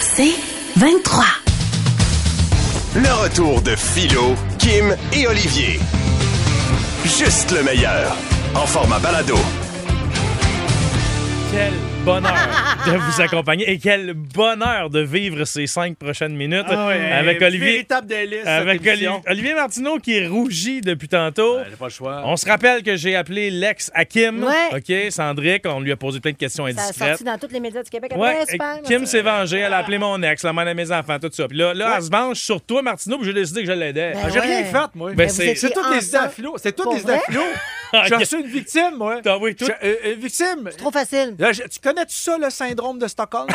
C'est 23. Le retour de Philo, Kim et Olivier. Juste le meilleur. En format balado. Quel bonheur de vous accompagner et quel bonheur de vivre ces cinq prochaines minutes Ah ouais, avec Olivier. véritable délice, cette Avec Oli- émission. Olivier Martineau qui est rougi depuis tantôt. Elle a pas le choix. On se rappelle que j'ai appelé l'ex à Kim. Ouais. OK, Sandrick, on lui a posé plein de questions Ça a sorti indiscrètes. dans tous les médias du Québec. Ouais, Après, et super, Kim merci. s'est vengée, elle a appelé mon ex, la mère de mes enfants, tout ça. Puis là, là elle se venge sur toi, Martineau, puis j'ai décidé que je l'aidais. Ben Ah, J'ai ouais. rien fait, moi. Ben, vous c'est- Ah, étiez C'est toutes des idées ensemble. à flot. C'est toutes Pour des idées à vrai? flot. J'ai Ok. reçu une victime, moi. T'as envoyé Ah tout? J'ai- euh, euh, victime. Trop facile. Là, je- tu connais-tu ça, le syndrome de Stockholm?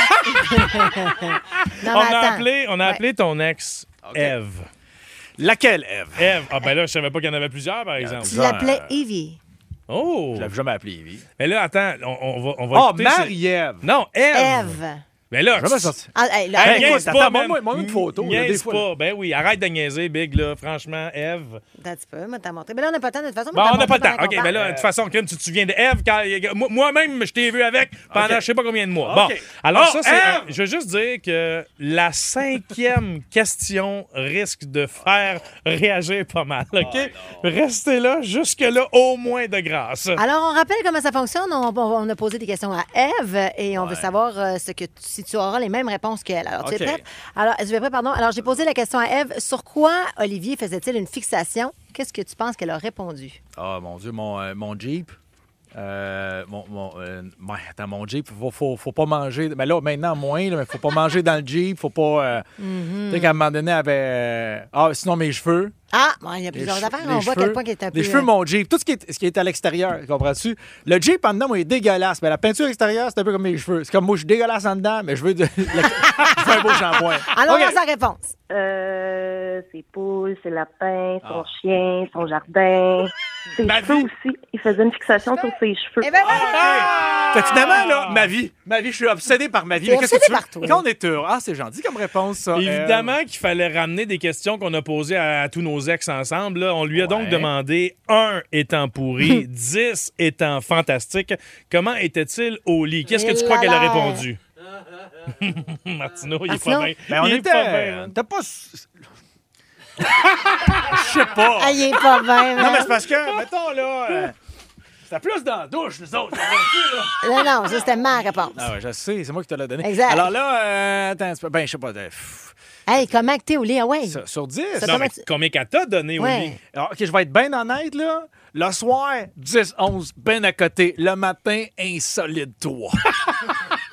Non, On mais a, attends. appelé, on a Ouais. appelé ton ex, Eve. Laquelle, Eve? Eve, ah ben là, je savais pas qu'il y en avait plusieurs, par exemple. Tu l'appelais Evie. Oh! Je l'avais jamais appelée, Evie. Mais là, attends, on, on va, on va Oh, écouter ce- Marie-Ève. Non, Eve. Eve. Mais là, Jamais tu- sorti. Ah, hey, là, Hey, attends, niaise écoute, pas, attends, man. moi- moi, une photo, là, Niaise des fois, pas. là. Ben oui, arrête de niaiser, Big, là. Franchement, Eve. attends un petit peu, moi, t'as montré. Mais là, on n'a pas le temps, de toute façon. Bon, moi, t'as on n'a pas montré le temps. pendant OK, qu'on mais parle. là, de toute façon, Kim, tu te souviens de Eve. quand- moi- Moi-même, je t'ai vu avec pendant OK. je sais pas combien de mois. OK. Bon, alors Oh, ça, c'est. Ève! un- Je veux juste dire que la cinquième question risque de faire réagir pas mal, Ah, OK? Restez là, jusque-là, au moins de grâce. Alors, on rappelle comment ça fonctionne. On, on- on a posé des questions à Eve et on veut savoir euh, ce que tu- si tu auras les mêmes réponses qu'elle. Alors, tu OK. es prête? Alors, je vais prêt, pardon. Alors, j'ai posé la question à Eve. Sur quoi Olivier faisait-il une fixation? Qu'est-ce que tu penses qu'elle a répondu? Ah, mon Dieu, mon, euh, mon Jeep. Euh, mon, mon, euh, ouais, attends, mon Jeep, faut, faut, faut pas manger. Mais là, maintenant, moins, là, mais faut pas manger dans le Jeep, faut pas. euh, Mhm. Tu sais qu'à un moment donné, elle avait. euh, ah, sinon, mes cheveux. Ah, bon, il y les a plusieurs che- affaires. les On voit à cheveux. quel point qu'elle est un peu. Les cheveux, euh, mon Jeep, tout ce qui est, ce qui est à l'extérieur, comprends-tu? Le Jeep en dedans, moi, il est dégueulasse. Mais la peinture extérieure, c'est un peu comme mes cheveux. C'est comme moi, je suis dégueulasse en dedans, mais je veux, de- je veux un beau shampoing. Allons OK. dans sa réponse. Euh, ses poules, ses lapins, son chien, son jardin. Ses cheveux aussi. Il faisait une fixation sur ses cheveux. Eh ben voilà! Fait que finalement, là, ma vie, ma vie, je suis obsédé par ma vie. T'es Mais qu'est-ce que obsédé tu veux? par toi. Quand on est heureux. Ah, c'est gentil comme réponse, ça. Évidemment qu'il fallait ramener des questions qu'on a posées à, à tous nos ex ensemble. là. On lui a donc demandé un étant pourri, 10 étant fantastique. Comment était-il au lit? Qu'est-ce que Et tu crois là qu'elle a là. répondu? Martino, il est Martino? pas bien. Mais Ah, Euh, ben, on Il est était. pas bien, hein. T'as pas. s- Je sais pas. Ah, il est pas bien. Non, mais hein? c'est parce que, mettons, là. euh, C'était plus dans la douche, nous autres. Non, non, ça, c'était ma réponse. ah ouais, je sais, c'est moi qui te l'ai donné. Exact. Alors là, euh, attends, un petit peu. ben, je sais pas. euh, pff, Hey, comment que t'es au lit? Ah ouais. sur, sur 10. Ça Non, Comment mais tu- combien qu'elle t'a donné au Ouais. lit? Alors, Ah, OK, je vais être bien honnête, là. Le soir, 10, 11, ben à côté. Le matin, insolide 3.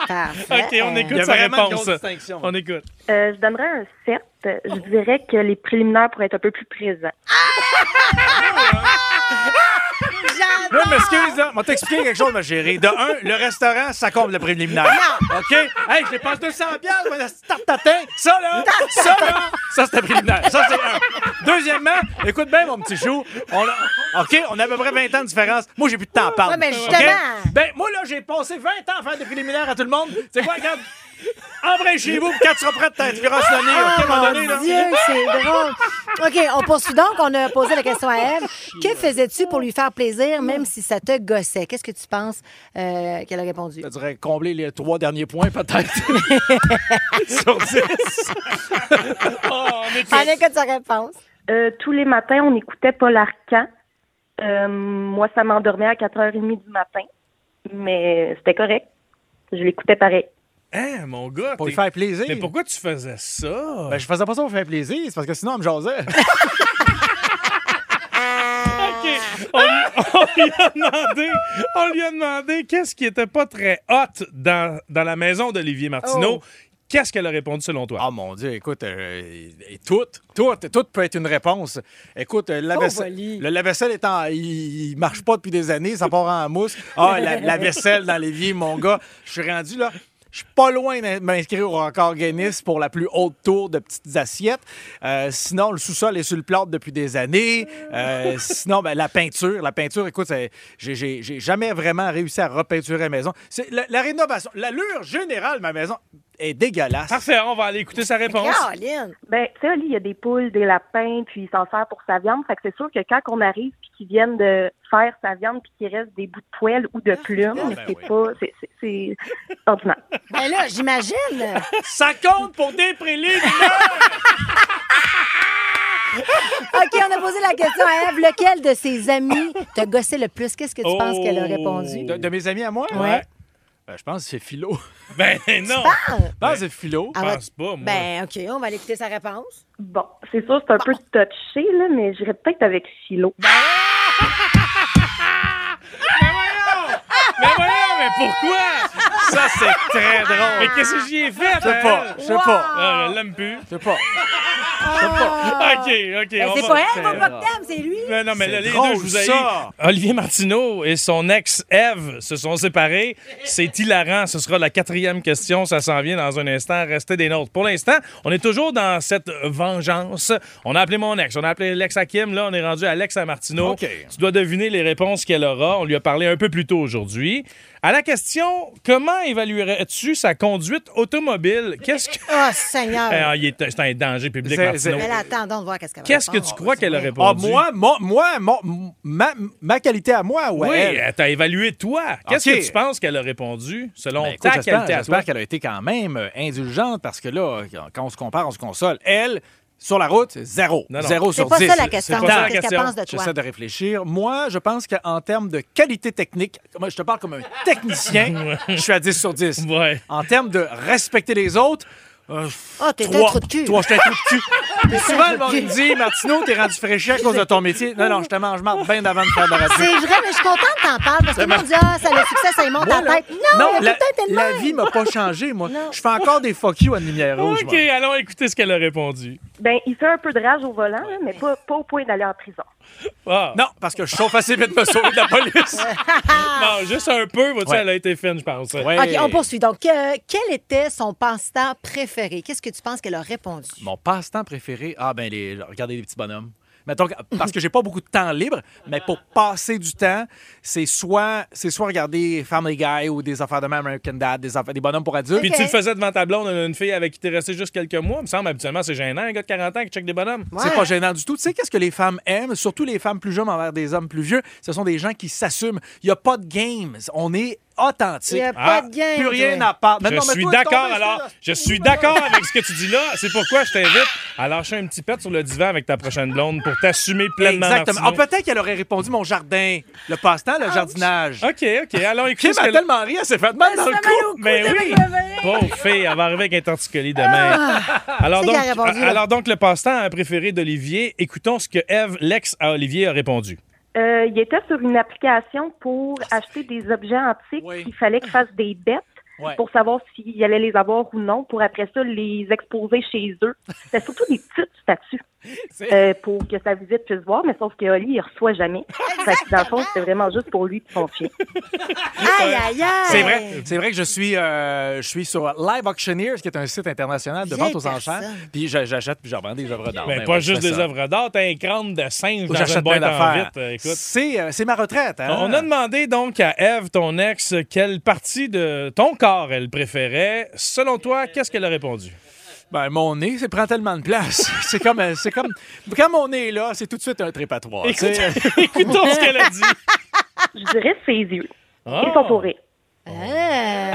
Parfait. OK, on Euh, Il y a écoute sa vraiment une réponse. grosse distinction. On écoute. Euh, je donnerais un 7. Je dirais que les préliminaires pourraient être un peu plus présents. Là, m'excuse, là. M'a t'expliquer quelque chose, ma chérie. De un, le restaurant, ça comble le préliminaire. OK? Hey, je dépense 200 piastres, moi, la petite tarte tatin. Ça, là, ça, là, ça, c'est un préliminaire. Ça, c'est un. Deuxièmement, écoute bien, mon petit chou. On a- OK? On a à peu près 20 ans de différence. Moi, j'ai plus de temps à parler. Ouais, mais OK? justement. Ben, moi, là, j'ai passé 20 ans à faire des préliminaires à tout le monde. C'est quoi, regarde? Embranchez-vous, puis quand tu seras prêt de ta différence donnée, Ah, OK, à un moment donné, mon là. Dieu, c'est drôle. OK, on poursuit donc. On a posé la question à Eve. Que faisais-tu pour lui faire plaisir, même si ça te gossait? Qu'est-ce que tu penses euh, qu'elle a répondu? Je dirais combler les trois derniers points, peut-être. Sur 10. Allez, que sa réponse. Euh, tous les matins, on écoutait Paul Arcan. Euh, moi, ça m'endormait à 4h30 du matin. Mais c'était correct. Je l'écoutais pareil. Hein, mon gars. Pour t'es- lui faire plaisir. Mais pourquoi tu faisais ça? Ben, je faisais pas ça pour faire plaisir, c'est parce que sinon, elle me jasait. on, on lui a demandé, on lui a demandé qu'est-ce qui était pas très hot dans, dans la maison d'Olivier Martineau. Qu'est-ce qu'elle a répondu selon toi? Ah, mon Dieu, écoute, euh, et tout, tout, tout peut être une réponse. Écoute, euh, la vaisselle- le lave-vaisselle étant, il, il marche pas depuis des années, ça part en mousse. Ah, la, la vaisselle dans l'évier, mon gars, je suis rendu là. Je suis pas loin de m'inscrire au record Guinness pour la plus haute tour de petites assiettes. Euh, sinon, le sous-sol est sur le plâtre depuis des années. Euh, sinon, ben, la peinture. La peinture, écoute, c'est- j'ai- j'ai j'ai jamais vraiment réussi à repeinturer la maison. C'est La, la rénovation, l'allure générale de ma maison est dégueulasse. Parfait, on va aller écouter sa réponse. Caroline! Ben, tu sais, Oli, il y a des poules, des lapins, puis il s'en sert pour sa viande. Fait que c'est sûr que quand on arrive, puis qu'ils viennent de faire sa viande, puis qu'il reste des bouts de poêle ou de plumes, ben c'est oui. pas... C'est, c'est, c'est ordinaire. Ben là, j'imagine! Ça compte pour des préliminaires! OK, on a posé la question à Eve. Lequel de ses amis t'a gossé le plus? Qu'est-ce que tu Oh. penses qu'elle a répondu? De, de mes amis à moi? Ouais. Ben, je pense que c'est Philo. Ben Oh. non, Je pense que c'est Philo. je Ah, pense pas, moi. Ben, OK, on va aller écouter sa réponse. Bon, c'est sûr, c'est un peu touché, là, mais j'irais peut-être avec Philo. Mais voyons, mais pourquoi? Ça, c'est très Mais drôle. qu'est-ce que j'y ai fait? Je sais pas, je sais pas, Ah, je l'aime plus. je sais pas. OK, OK. Ben, on c'est va- pas elle, mon c'est Boctam, c'est lui! Non, non, mais C'est là, les drôle, deux, je vous ai ça. Olivier Martineau et son ex Eve se sont séparés. C'est hilarant. Ce sera la quatrième question. Ça s'en vient dans un instant. Restez des nôtres. Pour l'instant, on est toujours dans cette vengeance. On a appelé mon ex. On a appelé l'ex à Kim. Là, on est rendu à l'ex à Martineau. OK. Tu dois deviner les réponses qu'elle aura. On lui a parlé un peu plus tôt aujourd'hui. À la question, comment évaluerais-tu sa conduite automobile? Qu'est-ce que. Oh, Eh, Seigneur! Ah, il est- c'est un danger public, C'est- Martineau. Mais là, attendons de voir qu'est-ce qu'elle va Qu'est-ce que répondre. tu crois qu'elle a Ah, répondu? moi, moi, moi, mon- ma, ma qualité à moi, ouais. Oui, elle t'a évalué toi. Qu'est-ce Ok. que tu penses qu'elle a répondu selon Ben, écoute, ta j'espère- qualité à toi? J'espère qu'elle a été quand même euh, indulgente parce que là, quand on se compare, on se console. Elle, sur la route, zéro. Non, non. Zéro C'est sur pas dix. ça la pas question. C'est ça la qu'est-ce qu'elle question. pense de toi. J'essaie de réfléchir. Moi, je pense qu'en termes de qualité technique, moi, je te parle comme un technicien, je suis à 10 sur 10. Ouais. En termes de respecter les autres, Oh, t'es un trois. trou de cul. Trois, je suis un trou de cul. Puis souvent, le monde cul. me dit, Martineau, t'es rendu fraîché à cause de ton métier. Non, non, je te mange marre bien avant de faire de la radio. C'est vrai, mais je suis contente que t'en parles parce que tout le monde dit Ah, ça, le succès, ça y monte Moi, en là, tête. Non, il y la, a tout le temps été de la même. vie m'a pas changé, moi. Je fais encore des fuck you à une lumière rouge. OK, moi. allons écouter ce qu'elle a répondu. Ben, il fait un peu de rage au volant, là, mais pas, pas au point d'aller en prison. Ah. Non, parce que je chauffe assez vite me sauver de la police. Non, juste un peu, vois-tu, Ouais. elle a été fine, je pense. Ouais. OK, on poursuit. Donc, euh, quel était son passe-temps préféré? Qu'est-ce que tu penses qu'elle a répondu? Mon passe-temps préféré, ah ben, les, regarder les petits bonhommes. Mettons, que- parce que j'ai pas beaucoup de temps libre, mais pour passer du temps, c'est soit, c'est soit regarder Family Guy ou des affaires de même, American Dad, des, affaires, des bonhommes pour adultes. Puis OK. tu le faisais devant ta blonde, une fille avec qui t'es resté juste quelques mois. Il me semble, habituellement, c'est gênant, un gars de 40 ans qui check des bonhommes. C'est pas gênant du tout. Tu sais, qu'est-ce que les femmes aiment, surtout les femmes plus jeunes envers des hommes plus vieux? Ce sont des gens qui s'assument. Il n'y a pas de games. On est authentique. Il y a Ah, pas de game. Plus rien toi. à part. Je suis d'accord, alors, je suis d'accord avec ce que tu dis là. C'est pourquoi je t'invite à lâcher un petit pet sur le divan avec ta prochaine blonde pour t'assumer pleinement. Exactement. Ah, Martineau. peut-être qu'elle aurait répondu mon jardin, le passe-temps, le jardinage. OK, OK, allons Kim écouter Ah, ce a qu'elle a tellement ri, elle s'est fait mal dans le cou. Mais oui! Pauvre fille, elle va arriver avec un torticolis demain. Alors C'est donc, euh, qu'elle a répondu, là. alors donc, le passe-temps préféré d'Olivier, écoutons ce que Eve, l'ex à Olivier, a répondu. Euh, il était sur une application pour Ah, acheter des objets antiques. Oui. Il fallait qu'il fasse des bêtes Ouais. pour savoir s'il allait les avoir ou non, pour après ça les exposer chez eux. C'était surtout des petites statues C'est- euh, pour que sa visite puisse voir, mais sauf que Oli, il reçoit jamais. Fait que dans le fond, c'était vraiment juste pour lui et son chien. Aïe, aïe, aïe. C'est vrai, c'est vrai que je suis, euh, je suis sur Live Auctioneers, qui est un site international de Vieille vente aux enchères. personne. Puis je- j'achète puis je revends des œuvres d'art. Mais Ben pas oui, je juste fais des ça. œuvres d'art, t'as un crâne de singe dans une J'achète boîte plein en d'affaires. vite. euh, écoute. C'est euh, c'est ma retraite. hein. On a demandé donc à Eve, ton ex, quelle partie de ton corps elle préférait. Selon toi, qu'est-ce qu'elle a répondu? Ben, mon nez, ça prend tellement de place. c'est comme, euh, c'est comme, quand mon nez est là, c'est tout de suite un trépatoire. tu sais. Écoutons ce qu'elle a dit. Je dirais ses yeux. Ah. Ils Oh. sont pourris. Ah.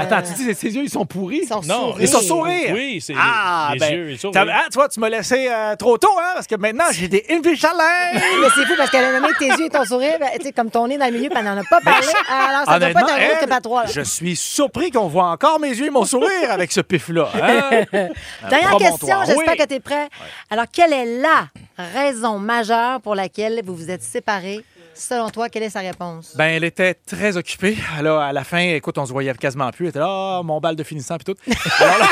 Attends, tu dis, ses yeux, ils sont pourris. Ils sont Non, sourires. Ils sont sourires. Oui, c'est Ah, les ben, yeux, les t'as- sourires. ah, tu vois, tu m'as laissé euh, trop tôt, hein, parce que maintenant, j'ai des Invisalign. Mais c'est fou parce qu'elle a nommé tes yeux et ton sourire, ben, tu sais, comme ton nez dans le milieu, puis elle n'en a pas parlé. Alors, ça doit pas Ah, Honnêtement, être un gros elle, trépatoire. là. je suis surpris qu'on voit encore mes yeux et mon sourire avec ce pif-là. hein. Dernière promontoire. question, j'espère Oui. que tu es prêt. Alors, quelle est la raison majeure pour laquelle vous vous êtes séparés? Selon toi, quelle est sa réponse? Ben, elle était très occupée. Alors, à la fin, écoute, on se voyait quasiment plus. Elle était là, Ah, mon bal de finissant, puis tout. Alors là,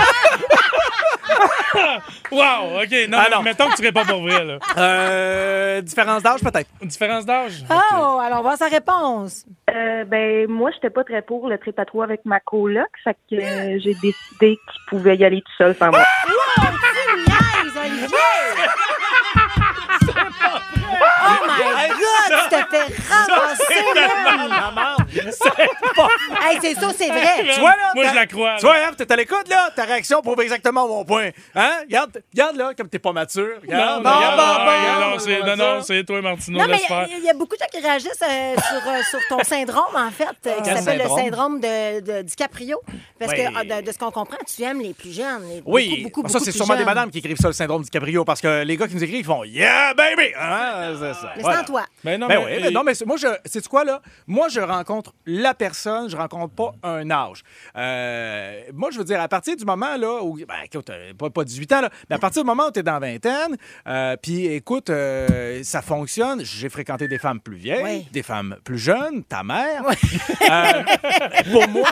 Oui, Wow, OK. Non, Ah, non. mettons que tu serais pas pour vrai, là. Euh, différence d'âge, peut-être. Différence d'âge? Oh, alors on va à sa réponse. Euh, ben, moi, j'étais pas très pour le trip à trois avec ma coloc, fait que euh, j'ai décidé qu'il pouvait y aller tout seul sans moi. Oh my God, tu te fais ramasser, là. Hey, c'est ça, c'est vrai. Tu vois, là, Moi, ta- je la crois, Tu là. vois, hein, t'es à l'écoute, là. Ta réaction prouve exactement mon point. Hein? Regarde, regarde là, comme t'es pas mature. Regarde, non, regarde, non, regarde, non, c'est- non, regarde non, ça. c'est toi, Martino, Non, mais euh, laisse faire. il y, a beaucoup de gens qui réagissent euh, sur, euh, sur ton syndrome, en fait, euh, qui Quel s'appelle le syndrome? syndrome de, de DiCaprio. Parce Oui. que, ah, de, de ce qu'on comprend, tu aimes les plus jeunes. les- Oui, Ah, beaucoup, beaucoup, ça, beaucoup c'est plus sûrement des jeunes. madames qui écrivent ça, le syndrome du cabrio, parce que les gars qui nous écrivent, ils font Yeah, baby! Hein, c'est ça. Mais Voilà. sans toi. Ben non, Ben oui, mais il- non, mais c'est- moi, je, sais quoi, là? Moi, je rencontre la personne, je rencontre pas un âge. Euh, moi, je veux dire, à partir du moment, là, où, ben, écoute, euh, pas, pas 18 ans, là, mais à partir du moment où t'es dans vingtaine, euh, puis écoute, euh, ça fonctionne. J'ai fréquenté des femmes plus vieilles, Oui. des femmes plus jeunes, ta mère. Euh, pour moi,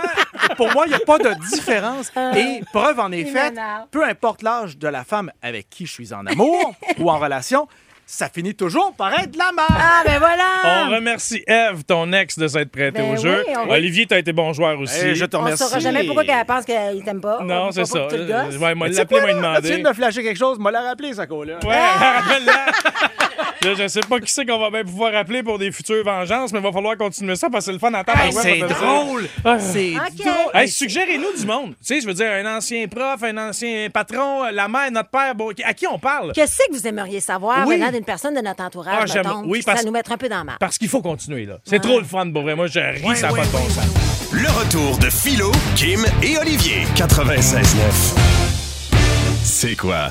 pour moi, il n'y a pas de différence. Et Euh, preuve en est Il faite, m'énerve. peu importe l'âge de la femme avec qui je suis en amour ou en relation, ça finit toujours par être de la merde. Ah, ben voilà! Oh On remercie Eve, ton ex, de s'être prêtée Ben au jeu. oui, on- Olivier, t'as été bon joueur aussi. Eh, je te On ne remercie. saura jamais pourquoi elle pense qu'il t'aime pas. Non, On c'est saura ça. pas que tu le Euh, gosses. Ouais, moi, Mais tu sais l'appeler quoi, m'a là? Tu demandé. viens de me flasher quelque chose, m'a la rappelé, ça, là. Ouais, rappelle-la. Là, je sais pas qui c'est qu'on va bien pouvoir appeler pour des futures vengeances, mais il va falloir continuer ça parce que c'est le fun à temps. Hey, c'est drôle! Ah. C'est OK. drôle! Hey, suggérez-nous du monde. Tu sais, je veux dire, un ancien prof, un ancien patron, la mère, notre père, bon, à qui on parle? Qu'est-ce que vous aimeriez savoir Oui. venant d'une personne de notre entourage, Ah, j'aime- mettons, oui, qui parce- ça nous mettre un peu dans la marque? Parce qu'il faut continuer, là. C'est trop le fun, pour vrai. Moi, je ris, ça n'a pas de bon sens. Le retour de Philo, Kim et Olivier. 96.9. C'est quoi?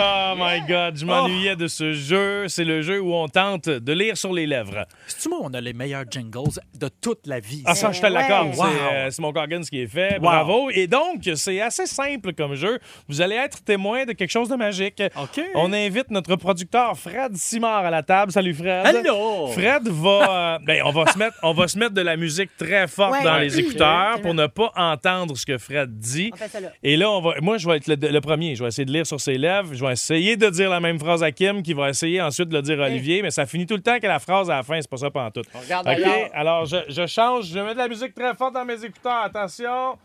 Oh my God, je m'ennuyais de ce jeu. C'est le jeu où on tente de lire sur les lèvres. C'est-tu moi, on a les meilleurs jingles de toute la vie. Ah, ça, je te Ouais. l'accorde. Wow. C'est euh, c'est mon Coggins qui est fait. Bravo. Et donc, c'est assez simple comme jeu. Vous allez être témoin de quelque chose de magique. OK. On invite notre producteur Fred Simard à la table. Salut, Fred. Hello. Fred va. euh, ben, on, va se mettre, on va se mettre de la musique très forte Ouais. dans Ouais. les écouteurs Absolument. pour ne pas entendre ce que Fred dit. On fait ça là. Et là, on va, moi, je vais être le, le premier. Je vais essayer de lire sur ses lèvres. Je vais essayer de dire la même phrase à Kim, qui va essayer ensuite de le dire à Olivier. Mais ça finit tout le temps que la phrase à la fin. C'est pas ça pendant tout. OK, alors je, je change. Je mets de la musique très forte dans mes écouteurs. Attention.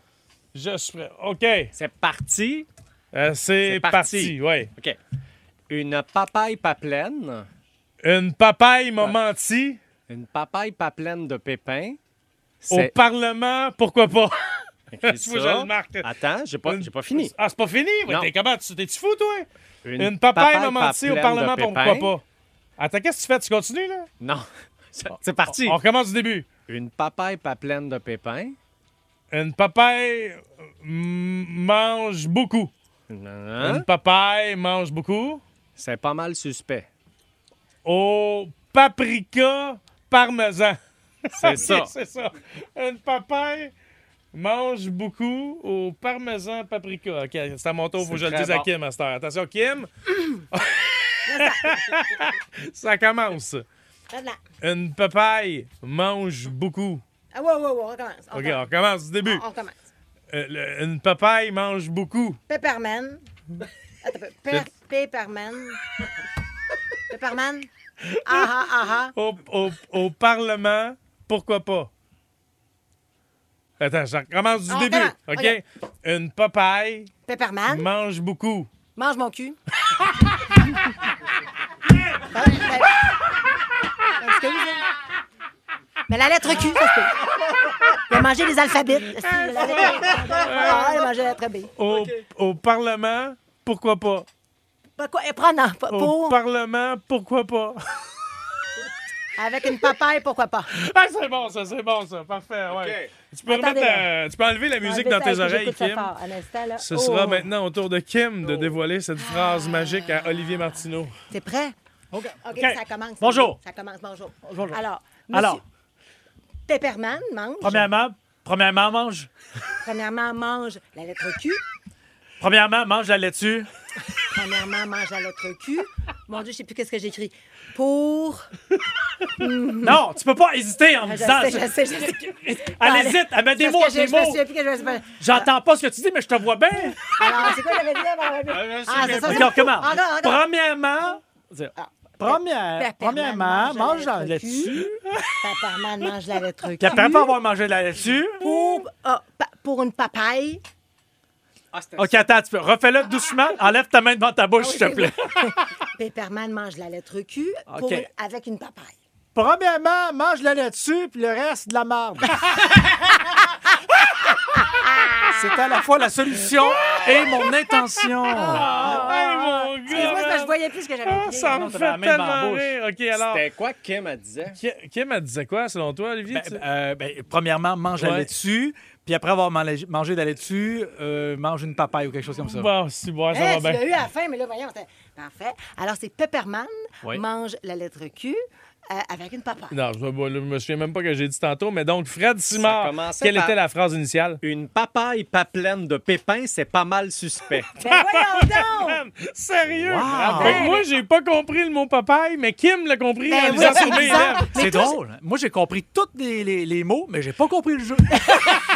Je suis prêt. OK. C'est parti. Euh, c'est C'est parti. parti. ouais. OK. Une papaye pas pleine. Une papaye m'a menti. Une papaye pas pleine de pépins. Au C'est Parlement, pourquoi pas? écrit Faut que je le marque. Attends, j'ai pas, Une- j'ai pas fini. Ah, c'est pas fini? Ouais, Non. t'es comment? Tu- T'es-tu fou, toi? Une, papaye m'a pas menti au pleine Parlement, de pourquoi pépins. pas? Attends, qu'est-ce que tu fais? Tu continues, là? Non. C'est- C'est parti. On recommence du début. Une papaye pas pleine de pépins. Une papaye euh, m- mange beaucoup. Non. Une papaye mange hein? beaucoup. C'est pas mal suspect. Au paprika parmesan. C'est ça. Ok, C'est ça. Une papaye mange beaucoup au parmesan paprika. OK, c'est à mon tour, faut que je C'est le très dise à bon. Kim à cette heure. Attention, Kim. ça commence. Fred, là. Une papaye mange beaucoup. Ah, ouais, ouais, ouais, on recommence. On OK, on recommence. recommence du début. On recommence. Euh, le- une papaye mange beaucoup. Pepperman. Attends, peu. Pe- Pepperman. Pepperman. Ah ah ah ah. Au, au- au Parlement, pourquoi pas? Attends, je recommence du On début. recommence. OK? OK. Une papaye Pepperman. mange beaucoup. Mange mon cul. Mais la lettre Q, ça se peut. Il a mangé les alphabètes. Ah, il a mangé la trabée. Au, au Parlement, pourquoi pas? Ben quoi, eh, prenant, pas- Au pour. Parlement, pourquoi pas? Avec une papaye, pourquoi pas? Ah, c'est bon, ça, c'est bon, ça. Parfait, ouais. Tu peux, Attendez, remettre là. euh, tu peux enlever la musique dans tes oreilles, Kim. Ce Oh. sera ben- maintenant. maintenant au tour de Kim de dévoiler cette phrase magique à Olivier Martineau. T'es prêt? OK. OK, ça commence. Bonjour. Ça commence, bonjour. Bonjour. Alors, monsieur Alors, Pepperman mange. premièrement, premièrement, mange. Premièrement, mange la lettre Q. Premièrement, mange la laitue. Premièrement, mange la lettre Q. Mon Dieu, je sais plus qu'est-ce que j'écris. Pour. Non, tu peux pas hésiter en me Je disant. sais, je sais, je sais. Elle hésite, elle met des mots, Parce que des je- je me mots. souviens plus que je me souviens- J'entends pas ce que tu dis, mais je te vois bien. Alors, c'est quoi j'avais dit avant? Ah, c'est ça. OK, c'est- on recommence. Encore, encore. Premièrement, première, Ah. Ben, premièrement, mange la laitue. Pepperman mange la lettre Q. Puis après pas avoir mangé de la laitue. Pour, ah, pa- pour une papaye. OK, attends, tu peux. Refais-le doucement. Enlève ta main devant ta bouche, Ah s'il te plaît. Pepperman mange la lettre Q pour OK. une- avec une papaye. Premièrement, mange la laitue, puis le reste, de la marde. C'est à la fois la solution et mon intention. Ah, Ah, mon Excuse-moi, c'est parce que je voyais plus ce que j'avais écrit. Ça me fait tellement rire. OK, alors. C'était quoi que Kim a disait? Ben, Ki- Kim, elle disait quoi, selon toi, Ben, Olivier? Tu- euh, premièrement, mange la Ouais. laitue, puis après avoir mangé mangé de la laitue, euh, mange une papaye ou quelque chose comme ah, ça. Ah, Bon, si, bon, ça Hein, va tu bien. l'as eu à la fin, mais là, voyons, t'as- parfait. Alors, c'est Pepperman Oui. mange la lettre Q euh, avec une papaye. Non, je ne me souviens même pas que j'ai dit tantôt, mais donc, Fred Ça Simard, commençait quelle par- était la phrase initiale? Une papaye pas pleine de pépins, c'est pas mal suspect. Ben voyons donc! Sérieux? Wow! Fait que moi, j'ai pas compris le mot papaye, mais Kim l'a compris Ben en oui, lisant c'est sur mes bizarre. lèvres. Mais C'est toi, drôle. Moi, j'ai compris tous les, les- les mots, mais j'ai pas compris le jeu.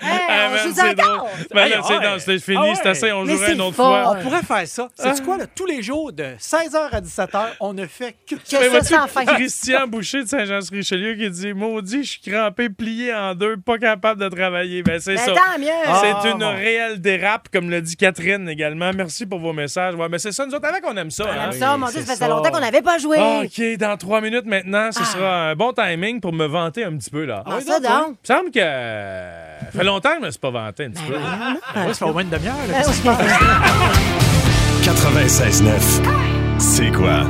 Hey, Ah, on man, joue c'est encore! drôle. Ben Hey, là, c'est ouais. non, c'est fini, Ah ouais. c'est assez, on Mais jouera c'est une autre fun. fois. On pourrait faire ça. Ah. C'est quoi, là? Tous les jours, de 16h à 17h, on ne fait que... Que ça, sans fin. Christian Boucher de Saint-Jean-sur-Richelieu qui dit Maudit, je suis crampé, plié en deux, pas capable de travailler. Ben, c'est Ben, ça. tant mieux. C'est Ah, une bon. réelle dérape, comme le dit Catherine également. Merci pour vos messages. Ouais, mais c'est ça, nous autres, avec, on aime ça. Ah, hein? Comme ça, mon Dieu, ça c'est faisait ça. longtemps qu'on n'avait pas joué. OK, dans trois minutes maintenant, ce sera un bon timing pour me vanter un petit peu. là. Ah, ça donc. Il me semble que. Ça fait longtemps que je me suis pas vanté un petit peu. Ouais, ça fait au moins une demi-heure. là. Ben oui. 96.9. C'est quoi?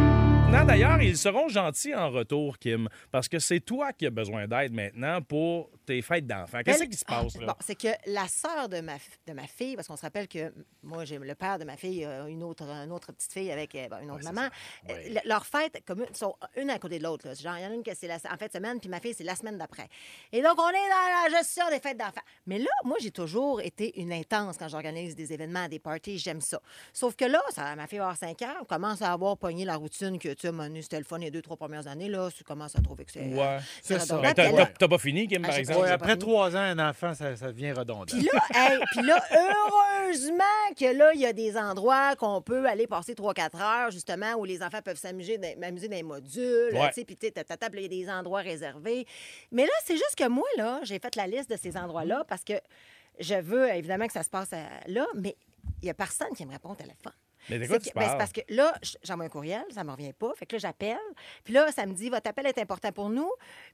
Non, d'ailleurs, ils seront gentils en retour, Kim, parce que c'est toi qui as besoin d'aide maintenant pour tes fêtes d'enfants. Ben, Qu'est-ce Elle- qui se passe, là? Ben, Ah, Bon, c'est que la sœur de ma, f- de ma fille, parce qu'on se rappelle que moi, j'ai le père de ma fille, euh, une autre, une autre petite fille avec euh, ben, une autre maman. Euh, le- Leurs fêtes comme, sont une à côté de l'autre. là. Genre, il y en a une que c'est la- en fin de semaine, puis ma fille, c'est la semaine d'après. Et donc, on est dans la gestion des fêtes d'enfants. Mais là, moi, j'ai toujours été une intense quand j'organise des événements, des parties, j'aime ça. Sauf que là, ça, ma fille va avoir 5 ans, on commence à avoir pogné la routine que, tu sais, mon c'était le fun les deux, trois premières années, là, tu commences à trouver que c'est. euh, Ouais. c'est redondant. Ben, t'as, Puis elle a- t'as- t'as pas fini, Kim, Ah, par j'ai- exemple? ouais, après trois ans, un enfant, ça, devient redondant. Puis là, hey, puis là, heureusement que là, il y a des endroits qu'on peut aller passer 3-4 heures, justement, où les enfants peuvent s'amuser dans, m'amuser dans les modules. Ouais. tu sais, Puis tu sais, ta- ta table, il y a des endroits réservés. Mais là, c'est juste que moi, là, j'ai fait la liste de ces Mm-hmm. endroits-là parce que je veux évidemment que ça se passe euh, là, mais il n'y a personne qui me répond au téléphone. Mais de quoi C'est tu que- ben, c'est parles? parce que là, j- j'envoie un courriel, ça me revient pas. Fait que là, j'appelle. Puis là, ça me dit, votre appel est important pour nous.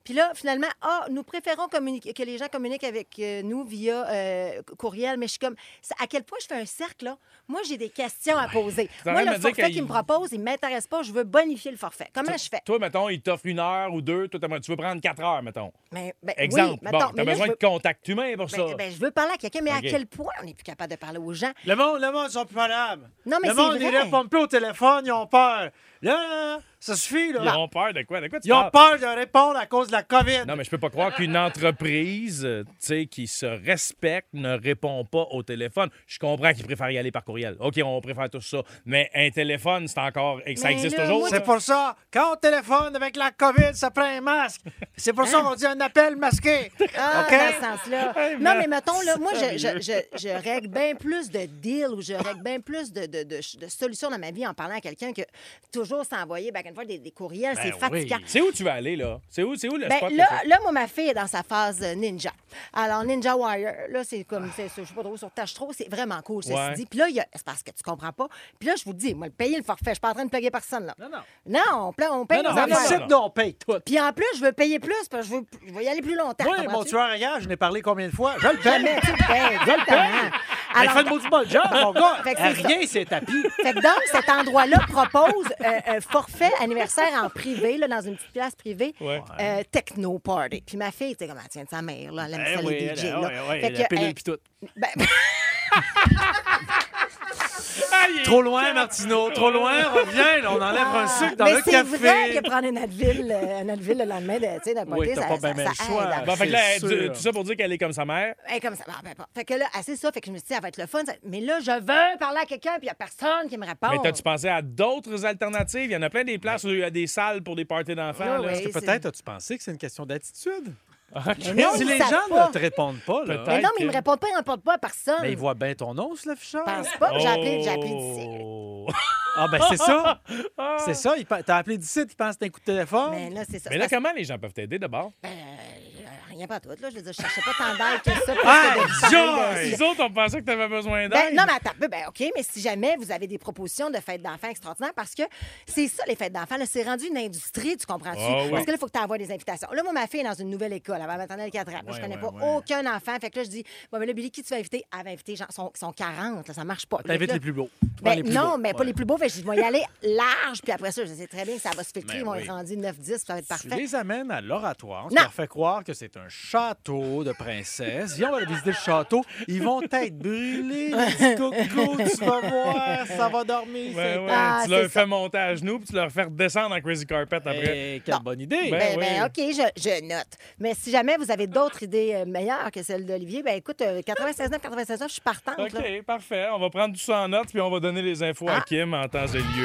Puis là, finalement, ah, nous préférons communiquer- que les gens communiquent avec euh, nous via euh, cou- courriel. Mais je suis comme, ça- à quel point je fais un cercle, là? Moi, j'ai des questions à poser. en train Moi, de le me dire forfait que- qu'ils me proposent, il m'intéresse pas. Je veux bonifier le forfait. Comment je fais? Toi, mettons, il t'offre une heure ou deux. Toi, t'as- tu veux prendre quatre heures, mettons. Mais, ben, oui, Exemple. mettons, bon, t'as mais là, besoin je veux- de contact humain pour ça. ben, ben, je veux parler à quelqu'un, mais OK. à quel point on n'est plus capable de parler aux gens? Le monde, le monde, ils sont plus capables. Non, mais Le c'est monde, vrai. ils répondent plus au téléphone, ils ont peur. Là, là, ça suffit, là. Ils ont peur de quoi? De quoi tu Ils ont parles? peur de répondre à cause de la COVID. Non, mais je peux pas croire qu'une entreprise euh, tu sais, qui se respecte ne répond pas au téléphone. Je comprends qu'ils préfèrent y aller par courriel. OK, on préfère tout ça. Mais un téléphone, c'est encore. et Ça Mais existe Ben là, toujours. moi, ça? C'est pour ça, quand on téléphone avec la COVID, ça prend un masque. C'est pour Hein? ça qu'on dit un appel masqué. ben, Ah, OK? dans ce sens-là. non, mais mettons, là, moi, je, je- je- je règle bien plus de deals ou je règle bien plus de, de- de- de solutions dans ma vie en parlant à quelqu'un que toujours s'envoyer. Ben, back and forth, des, des courriels, Ben c'est oui. fatigant. C'est où tu vas aller, là? C'est où, c'est où le Ben, spot? que là, tu- là, moi, ma fille est dans sa phase euh, ninja. Alors, Ninja Warrior, là, c'est comme, c'est- c'est- je sais pas trop, sur tâche trop, c'est vraiment cool, ceci Ouais. dit. Puis là, il y a- c'est parce que tu comprends pas. Puis là, je vous dis, moi, le payer le forfait, je suis pas en train de payer personne, là. Non, non. Non, on, pla- on paye Non, nos non, affaires. non, non, on paye tout. Puis en plus, je veux payer plus, parce que je veux, je veux y aller plus longtemps. Oui, mon comprends-tu? tueur à gage, je n'ai parlé combien de fois? Je le paye. Jamais, tu le payes, Je le Ben, exactement. paye. Alors, il fait le maudit bon job, mon gars. Fait que À c'est ça. rien, c'est tapis. Fait que donc, cet endroit-là propose euh, un forfait anniversaire en privé, là, dans une petite place privée, Ouais. euh, techno party. Puis ma fille, tu sais, comme elle tient de sa mère, là, elle aime Eh ça, oui, les elle, DJ. ouais, là. ouais, Fait la pilule euh, pis tout. ben, Trop loin, Martino. Trop Euh. loin. Reviens. là, on enlève un Ah. sucre dans mais le c'est café. vrai que prendre une Advil, euh, une Advil le lendemain, de- tu sais, d'un party, t'as ça, pas ça, ben, ben ça le choix. aide. Bon, fait que là, C'est elle- tu- sûr. tout ça pour dire qu'elle est comme sa mère. Hey, comme ça, bon, ben, bon. Fait que là, ah, c'est ça. Fait que je me suis dit, elle va être le fun. ça- Mais là, je veux parler à quelqu'un, puis il n'y a personne qui me répond. Mais t'as-tu pensé à d'autres alternatives? Il y en a plein des places où il y a des salles pour des parties d'enfants. Oui, là. oui, Est-ce que c'est- peut-être as-tu pensé que c'est une question d'attitude? Mais non, si ils les savent gens pas. ne te répondent pas, là. Mais non, mais il me répond pas, il ne répond pas à personne. Mais ils voient bien ton once, le fichard. Pense pas que j'ai appelé- j'ai appelé Ah, ben c'est ça. Ah. c'est ça. il pa- T'as appelé d'ici, tu penses que c'est un coup de téléphone. Mais là, c'est ça. euh, Mais là, comment les gens peuvent t'aider d'abord? Ben, Rien pas tout, là. Je veux dire, je cherchais pas tant d'aide que ça. pour Ah, essayer de parler de- Les autres, on pensait que t'avais besoin Ben, d'aide. non, mais attends, ben, ben, OK, mais si jamais vous avez des propositions de fêtes d'enfants extraordinaires, parce que c'est ça, les fêtes d'enfants, là, c'est rendu une industrie, tu comprends-tu? Ah oui. Parce que là, il faut que tu envoies des invitations. Là, moi, ma fille est dans une nouvelle école, elle va à maternelle 4 ans. Là, je Ouais, connais ouais, pas ouais. aucun enfant. Fait que là, je dis, bon, mais là, Billy, qui tu vas inviter? Elle va inviter, genre, sont, sont 40, là, ça marche pas. T'invites Là, les plus beaux. Tu prends ben, les plus non, beaux. mais pas Ouais. les plus beaux. Fait que je dis, moi, y aller large, puis après ça, je sais très bien que ça va se filtrer. Ben Ils vont oui. être rendus 9-10, puis ça va être Tu parfait. les amènes à l'oratoire, tu Non. leur fais croire que c'est un château de princesse. Viens, on va aller visiter le château. Ils vont être brûlés, les petits cocos, tu vas voir, ça va dormir. Ouais, c'est ouais. pas- tu leur fais monter à genoux puis tu leur fais redescendre en Crazy Carpet après. Eh, quelle bonne idée! Ben, ben, OK, je, je note. Mais si jamais vous avez d'autres idées euh, meilleures que celle d'Olivier, ben écoute, 96 9 96 je suis partante. là. OK, parfait. On va prendre tout ça en note puis on va donner les infos Ah. à Kim en temps et lieu.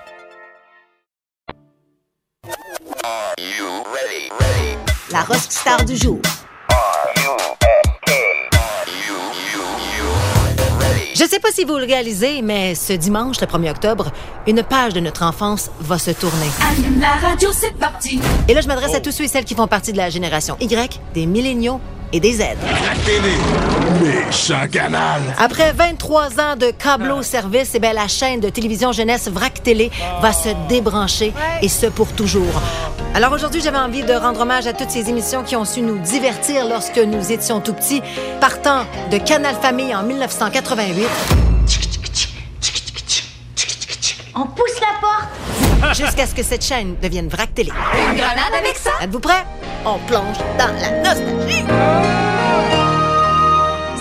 La rock star du jour. Je sais pas si vous le réalisez, mais ce dimanche, le 1er octobre, une page de notre enfance va se tourner. La radio, c'est parti. Et là, je m'adresse Oh. à tous ceux et celles qui font partie de la génération Y, des milléniaux et des Z. La télé, méchant canal. Après 23 ans de Ah. câbleau service, eh bien, la chaîne de télévision jeunesse VRAC Télé va se Ah. débrancher et ce pour toujours. Alors aujourd'hui, j'avais envie de rendre hommage à toutes ces émissions qui ont su nous divertir lorsque nous étions tout petits, partant de Canal Famille en 1988. On pousse la porte jusqu'à ce que cette chaîne devienne VRAC Télé. Une grenade avec ça? Êtes-vous prêts? On plonge dans la nostalgie.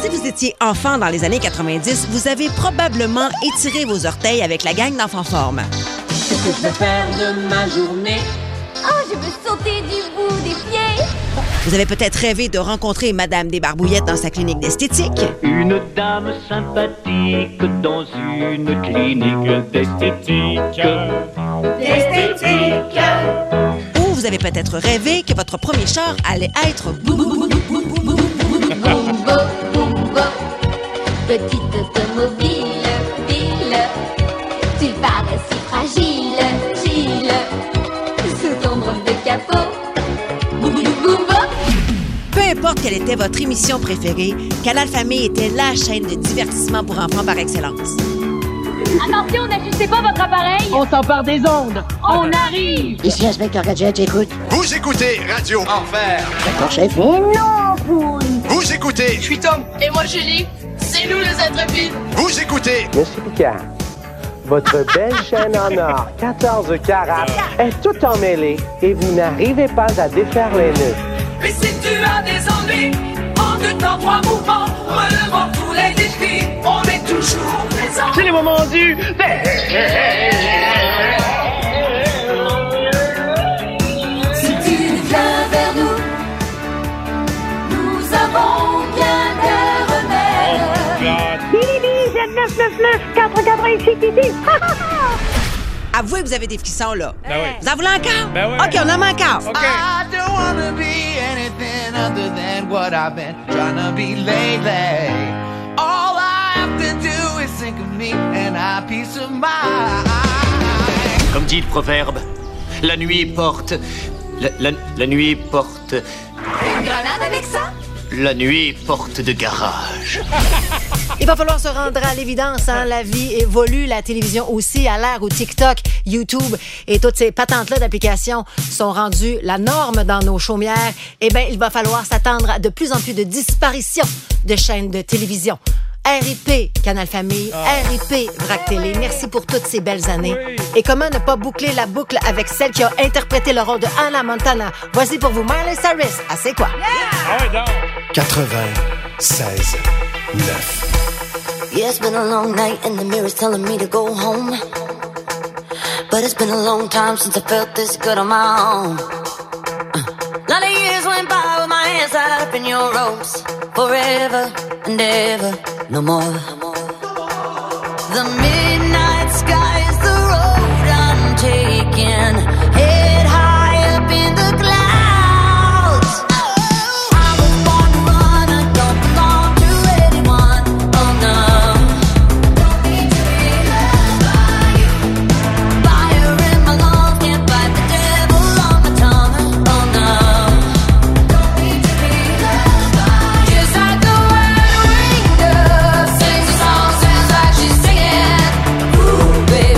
Si vous étiez enfant dans les années 90, vous avez probablement étiré vos orteils avec la gang d'enfants forme. Que je veux faire de ma journée? Oh, je veux sauter du bout des pieds. Vous avez peut-être rêvé de rencontrer Madame Desbarbouillettes dans sa clinique d'esthétique. Une dame sympathique dans une clinique d'esthétique. D'esthétique. Ou vous avez peut-être rêvé que votre premier char allait être Bongo, bongo, petite automobile, ville. Tu parais si fragile, Gilles, sous ton drôle de capot. Boum, boum, boum, boum. Peu importe quelle était votre émission préférée, Canal Famille était la chaîne de divertissement pour enfants par excellence. Attention, n'ajustez pas votre appareil. On s'empare des ondes. On arrive. Ici Inspecteur Gadget, j'écoute. Vous écoutez Radio Enfer. D'accord, chef? non, Vous écoutez. Je suis Tom. Et moi, Julie, c'est nous les intrépides. Vous écoutez. Monsieur Picard, votre belle chaîne en or, 14 carats, est tout emmêlée et vous n'arrivez pas à défaire les nœuds. Mais si tu as des ennuis, en deux temps, trois mouvements, relevant tous les défis, on est toujours présent. C'est les moments du. Si tu viens vers nous, nous avons bien des remèdes. Bilibili, 999 480 ici, Avouez que vous avez des frissons, là. Ben oui. Vous en voulez encore? Ben oui, OK, ben on en oui. manque encore. Ah, I don't wanna be anything other than what I've been trying to be lately. All I have to do is think of me and I peace of mind. Comme dit le proverbe, la nuit porte. La, la- la nuit porte. Une grenade avec ça? La nuit porte de garage. Il va falloir se rendre à l'évidence. hein. La vie évolue, la télévision aussi, à l'ère où TikTok, YouTube et toutes ces patentes-là d'applications sont rendues la norme dans nos chaumières. Eh bien, il va falloir s'attendre à de plus en plus de disparitions de chaînes de télévision. RIP Canal Famille, RIP Vrac Télé, merci pour toutes ces belles années. Et comment ne pas boucler la boucle avec celle qui a interprété le rôle de Anna Montana? Voici pour vous Miley Cyrus, à C'est quoi? 96 9. Yeah, it's been a long night and the mirror's telling me to go home. But it's been a long time since I felt this good on my own. A lot of years went by with my hands tied up in your ropes. Forever and ever, no more. The midnight sky is the road I'm taking. Head high up in the clouds. I was born to run, I don't belong to anyone. Oh no. Don't be dreaming by you. Fire in my lungs, can't fight the devil on my tongue. Oh no. Don't be dreaming by you. Just like the wind, sings the song, sounds like she's singing. Oh, Oh, oh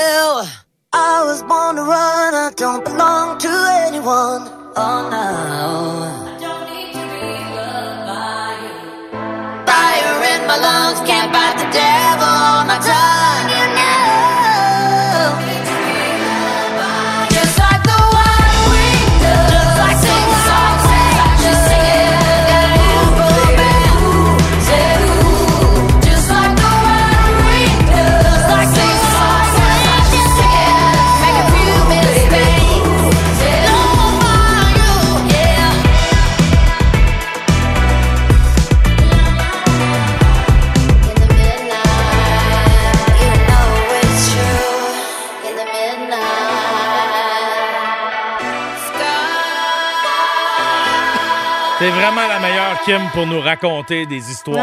Oh, T'es vraiment la meilleure, Kim, pour nous raconter des histoires.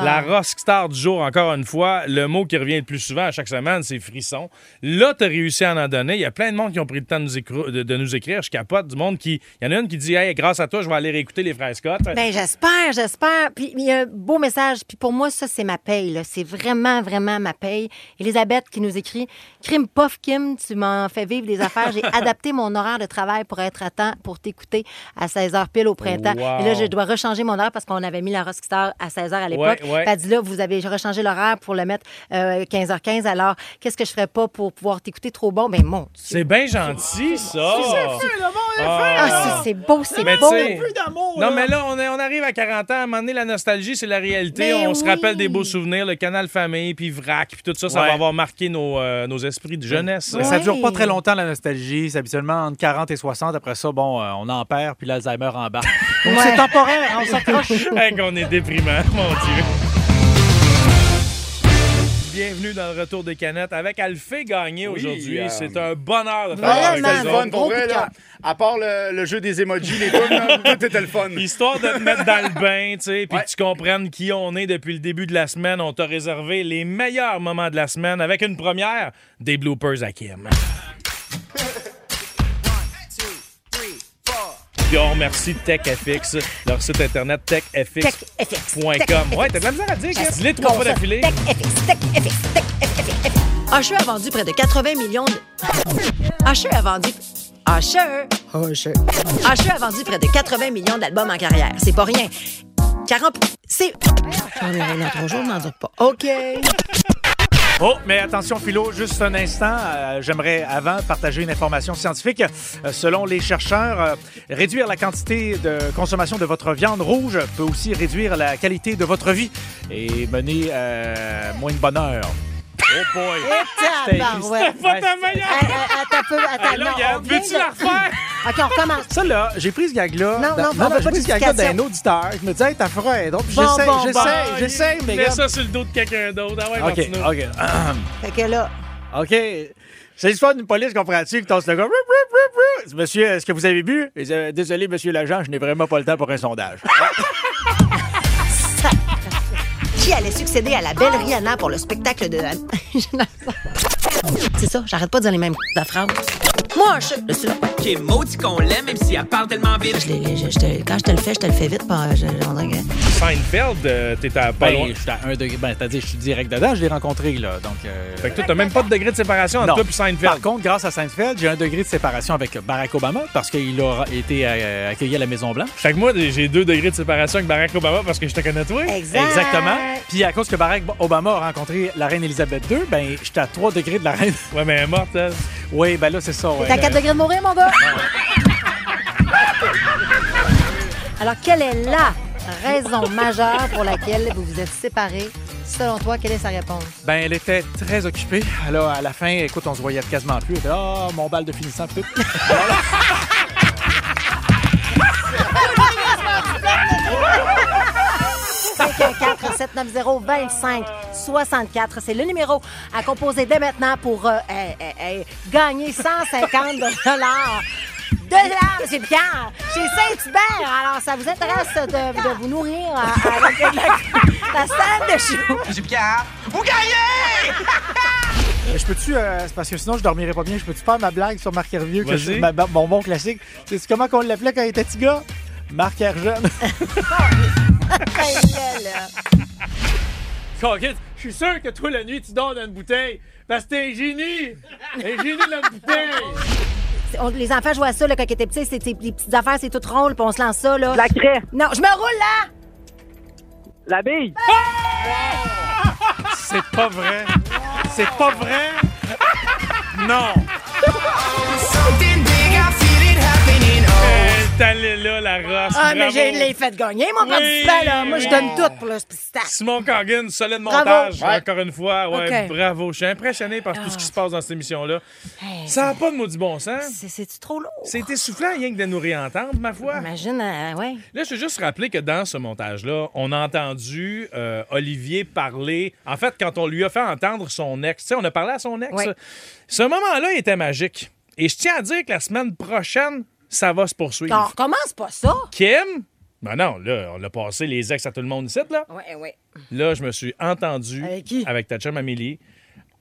Ah. La rock star du jour, encore une fois, le mot qui revient le plus souvent à chaque semaine, c'est frisson. Là, t'as réussi à en donner. Il y a plein de monde qui ont pris le temps de nous, écro- de, de nous écrire. Je capote du monde qui... Il y en a une qui dit « Hey, grâce à toi, je vais aller réécouter les frères Scott. Ben, j'espère, j'espère. Puis il y a un beau message. Puis pour moi, ça, c'est ma paye. là. C'est vraiment, vraiment ma paye. Elisabeth qui nous écrit Crime Pof Kim, tu m'en fais vivre des affaires. J'ai adapté mon horaire de travail pour être à temps pour t'écouter à 16h pile au printemps. Wow. Et là, je dois rechanger mon horaire parce qu'on avait mis la Rockstar à 16h à l'époque. Ouais, ouais. Puis Elle dit là, vous avez rechangé l'horaire pour le mettre euh, 15h15. Alors, qu'est-ce que je ferais pas pour pouvoir t'écouter trop bon? Ben, mon Dieu. C'est bien gentil, ça. Ah, c'est- c'est beau, c'est Mais beau. tu sais- Non, mais là, on, est- on arrive à 40 ans. À un moment donné, la nostalgie, c'est la réalité. Mais on se Ben oui. rappelle des beaux souvenirs, le canal famille, puis Vrac, puis tout ça, ça Ouais. va avoir marqué nos, euh, nos esprits de jeunesse. Ça dure pas très longtemps, la nostalgie. C'est habituellement entre 40 et 60. Après ça, bon, euh, on en perd, puis l'Alzheimer en bas. Donc c'est temporaire, hein, on s'accroche. Hey, qu'on est déprimant, mon Dieu. Bienvenue dans le retour des canettes avec Alphé Gagné aujourd'hui. euh, C'est un bonheur de faire Ah, avec c'était le vous fun autres. pour vrai, là. À part le, le jeu des emojis, les tunes, là, tout était le fun. Histoire de te mettre dans le bain, tu sais, puis que tu comprennes qui on est depuis le début de la semaine. On t'a réservé les meilleurs moments de la semaine avec une première des bloopers à Kim. Puis on remercie TechFX, leur site internet techfx.com. Ouais, t'as de la misère à dire, Kim. Dis-les trois fois d'affilée. Usher a vendu près de Ah, 80 millions de... Usher a vendu... Ah, Usher... Ah, Usher... Usher a vendu près de 80 millions d'albums en carrière. C'est pas rien. 40... C'est... On est dans trois jours, n'en doute pas. OK. Oh, mais attention, Philo, juste un instant. euh, J'aimerais avant partager une information scientifique. Euh, selon les chercheurs, euh, réduire la quantité de consommation de votre viande rouge peut aussi réduire la qualité de votre vie et mener euh, moins de bonheur. Oh boy! Eh, Ah, C'était écrit- C'était pas ta Eh, meilleure. Attends un peu, attends. Hey, là, non, Yann, on vient veux-tu de- la refaire? OK, on recommence. Ça, là, j'ai pris ce gag-là. Non, dans- non, pas ben, j'ai de pris ce gag-là d'un modification. auditeur. Je me disais, hey, t'as froid. Donc, Bon, j'essaie, bon, j'essaie, bon. j'essaie, mais. Mets gars- ça sur le dos de quelqu'un d'autre. Ah ouais, OK, Martineau. OK. Fait que là... OK. C'est l'histoire d'une police comparative qui tasse le gars. Rup, rup, rup, rup. Il dit, Monsieur, est-ce que vous avez bu? Il dit, Euh, Désolé, monsieur l'agent, je n'ai vraiment pas le temps pour un sondage. Qui allait succéder à la belle Rihanna pour le spectacle de... C'est ça, j'arrête pas de dire les mêmes de phrases. Moi, je... Le seul- Kim, maudit qu'on l'aime, même si elle parle tellement vite. Je l'ai- je- je te- quand je te le fais, je te le fais vite. pas- je- on dirait que- Seinfeld, euh, t'es à pas loin. Ben, je suis à un degré. Ben, c'est-à-dire, je suis direct dedans, je l'ai rencontré, là. Donc, euh, Fait que toi, t'as même pas de degré de séparation entre Non. toi et Seinfeld. Par contre, grâce à Seinfeld, j'ai un degré de séparation avec Barack Obama parce qu'il a été euh, accueilli à la Maison-Blanche. Fait que moi, j'ai deux degrés de séparation avec Barack Obama parce que je te connais toi. Exactement. Puis à cause que Barack Obama a rencontré la reine Elisabeth II, ben j'étais à 3 degrés de la reine. Ouais, mais elle est morte, elle. Oui, ben là, c'est ça. ouais, T'es à là. 4 degrés de mourir, mon gars? Alors, quelle est la raison majeure pour laquelle vous vous êtes séparés? Selon toi, quelle est sa réponse? Ben, elle était très occupée. Alors, à la fin, écoute, on se voyait quasiment plus. Elle était, Ah, mon bal de finissant, pis tout. C'est le numéro à composer dès maintenant pour euh, hey, hey, hey, gagner 150 dollars. De là, c'est bien, chez Saint-Hubert. Alors, ça vous intéresse de, de vous nourrir euh, avec la, la salle de chou? Pierre, vous gagnez! Mais je peux-tu, euh, c'est parce que sinon, je dormirais pas bien, je peux-tu faire ma blague sur Marc Hervieux, que je- Vas-y. ma- ma- mon bon classique? C'est comment qu'on l'appelait quand il était petit gars? Marc Herjeune. Coquette, je suis sûr que toi, la nuit, tu dors dans une bouteille. Parce que t'es un génie! Un génie de la bouteille! C'est- on- les enfants jouent à ça là, quand ils étaient petits. C'est c'est- les petites affaires, c'est tout rond, là, puis on se lance ça. Là. La craie. Non, je me roule là! La bille! C'est pas vrai! C'est pas vrai! Non! Elle est allée Euh, là, la rosse. Ah, mais Bravo. j'ai les fait gagner, mon Oui. participant. Là. Moi, je donne tout pour le spectacle. Simon Corgan, solide Bravo. montage, Ouais. encore une fois. Ouais, Ok. Ah. bravo. Je suis impressionné par tout ce qui se passe dans cette émission-là. Ça n'a pas de maudit bon sens. C'est-tu trop lourd? C'était soufflant rien que de nous réentendre, ma foi. Imagine, euh, ouais. Là, je veux juste rappeler que dans ce montage-là, on a entendu euh, Olivier parler. En fait, quand on lui a fait entendre son ex, tu sais, on a parlé à son ex. Ce moment-là il était magique. Et je tiens à dire que la semaine prochaine, ça va se poursuivre. On recommence pas ça. Kim, Ben non, là, on a passé les ex à tout le monde ici, là. Ouais, ouais. Là, je me suis entendu Avec qui? ta chum Amélie.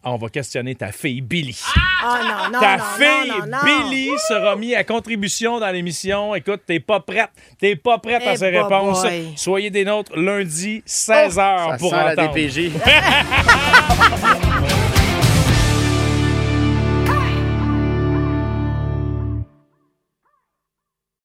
On va questionner ta fille Billy. Ah non, non, Ta non, fille non, non, non. Billy sera mise à contribution dans l'émission. Écoute, t'es pas prête. T'es pas prête à Eh ces bah réponses. boy. Oh, Soyez des nôtres lundi, 16h Ça pour sent la entendre. DPJ.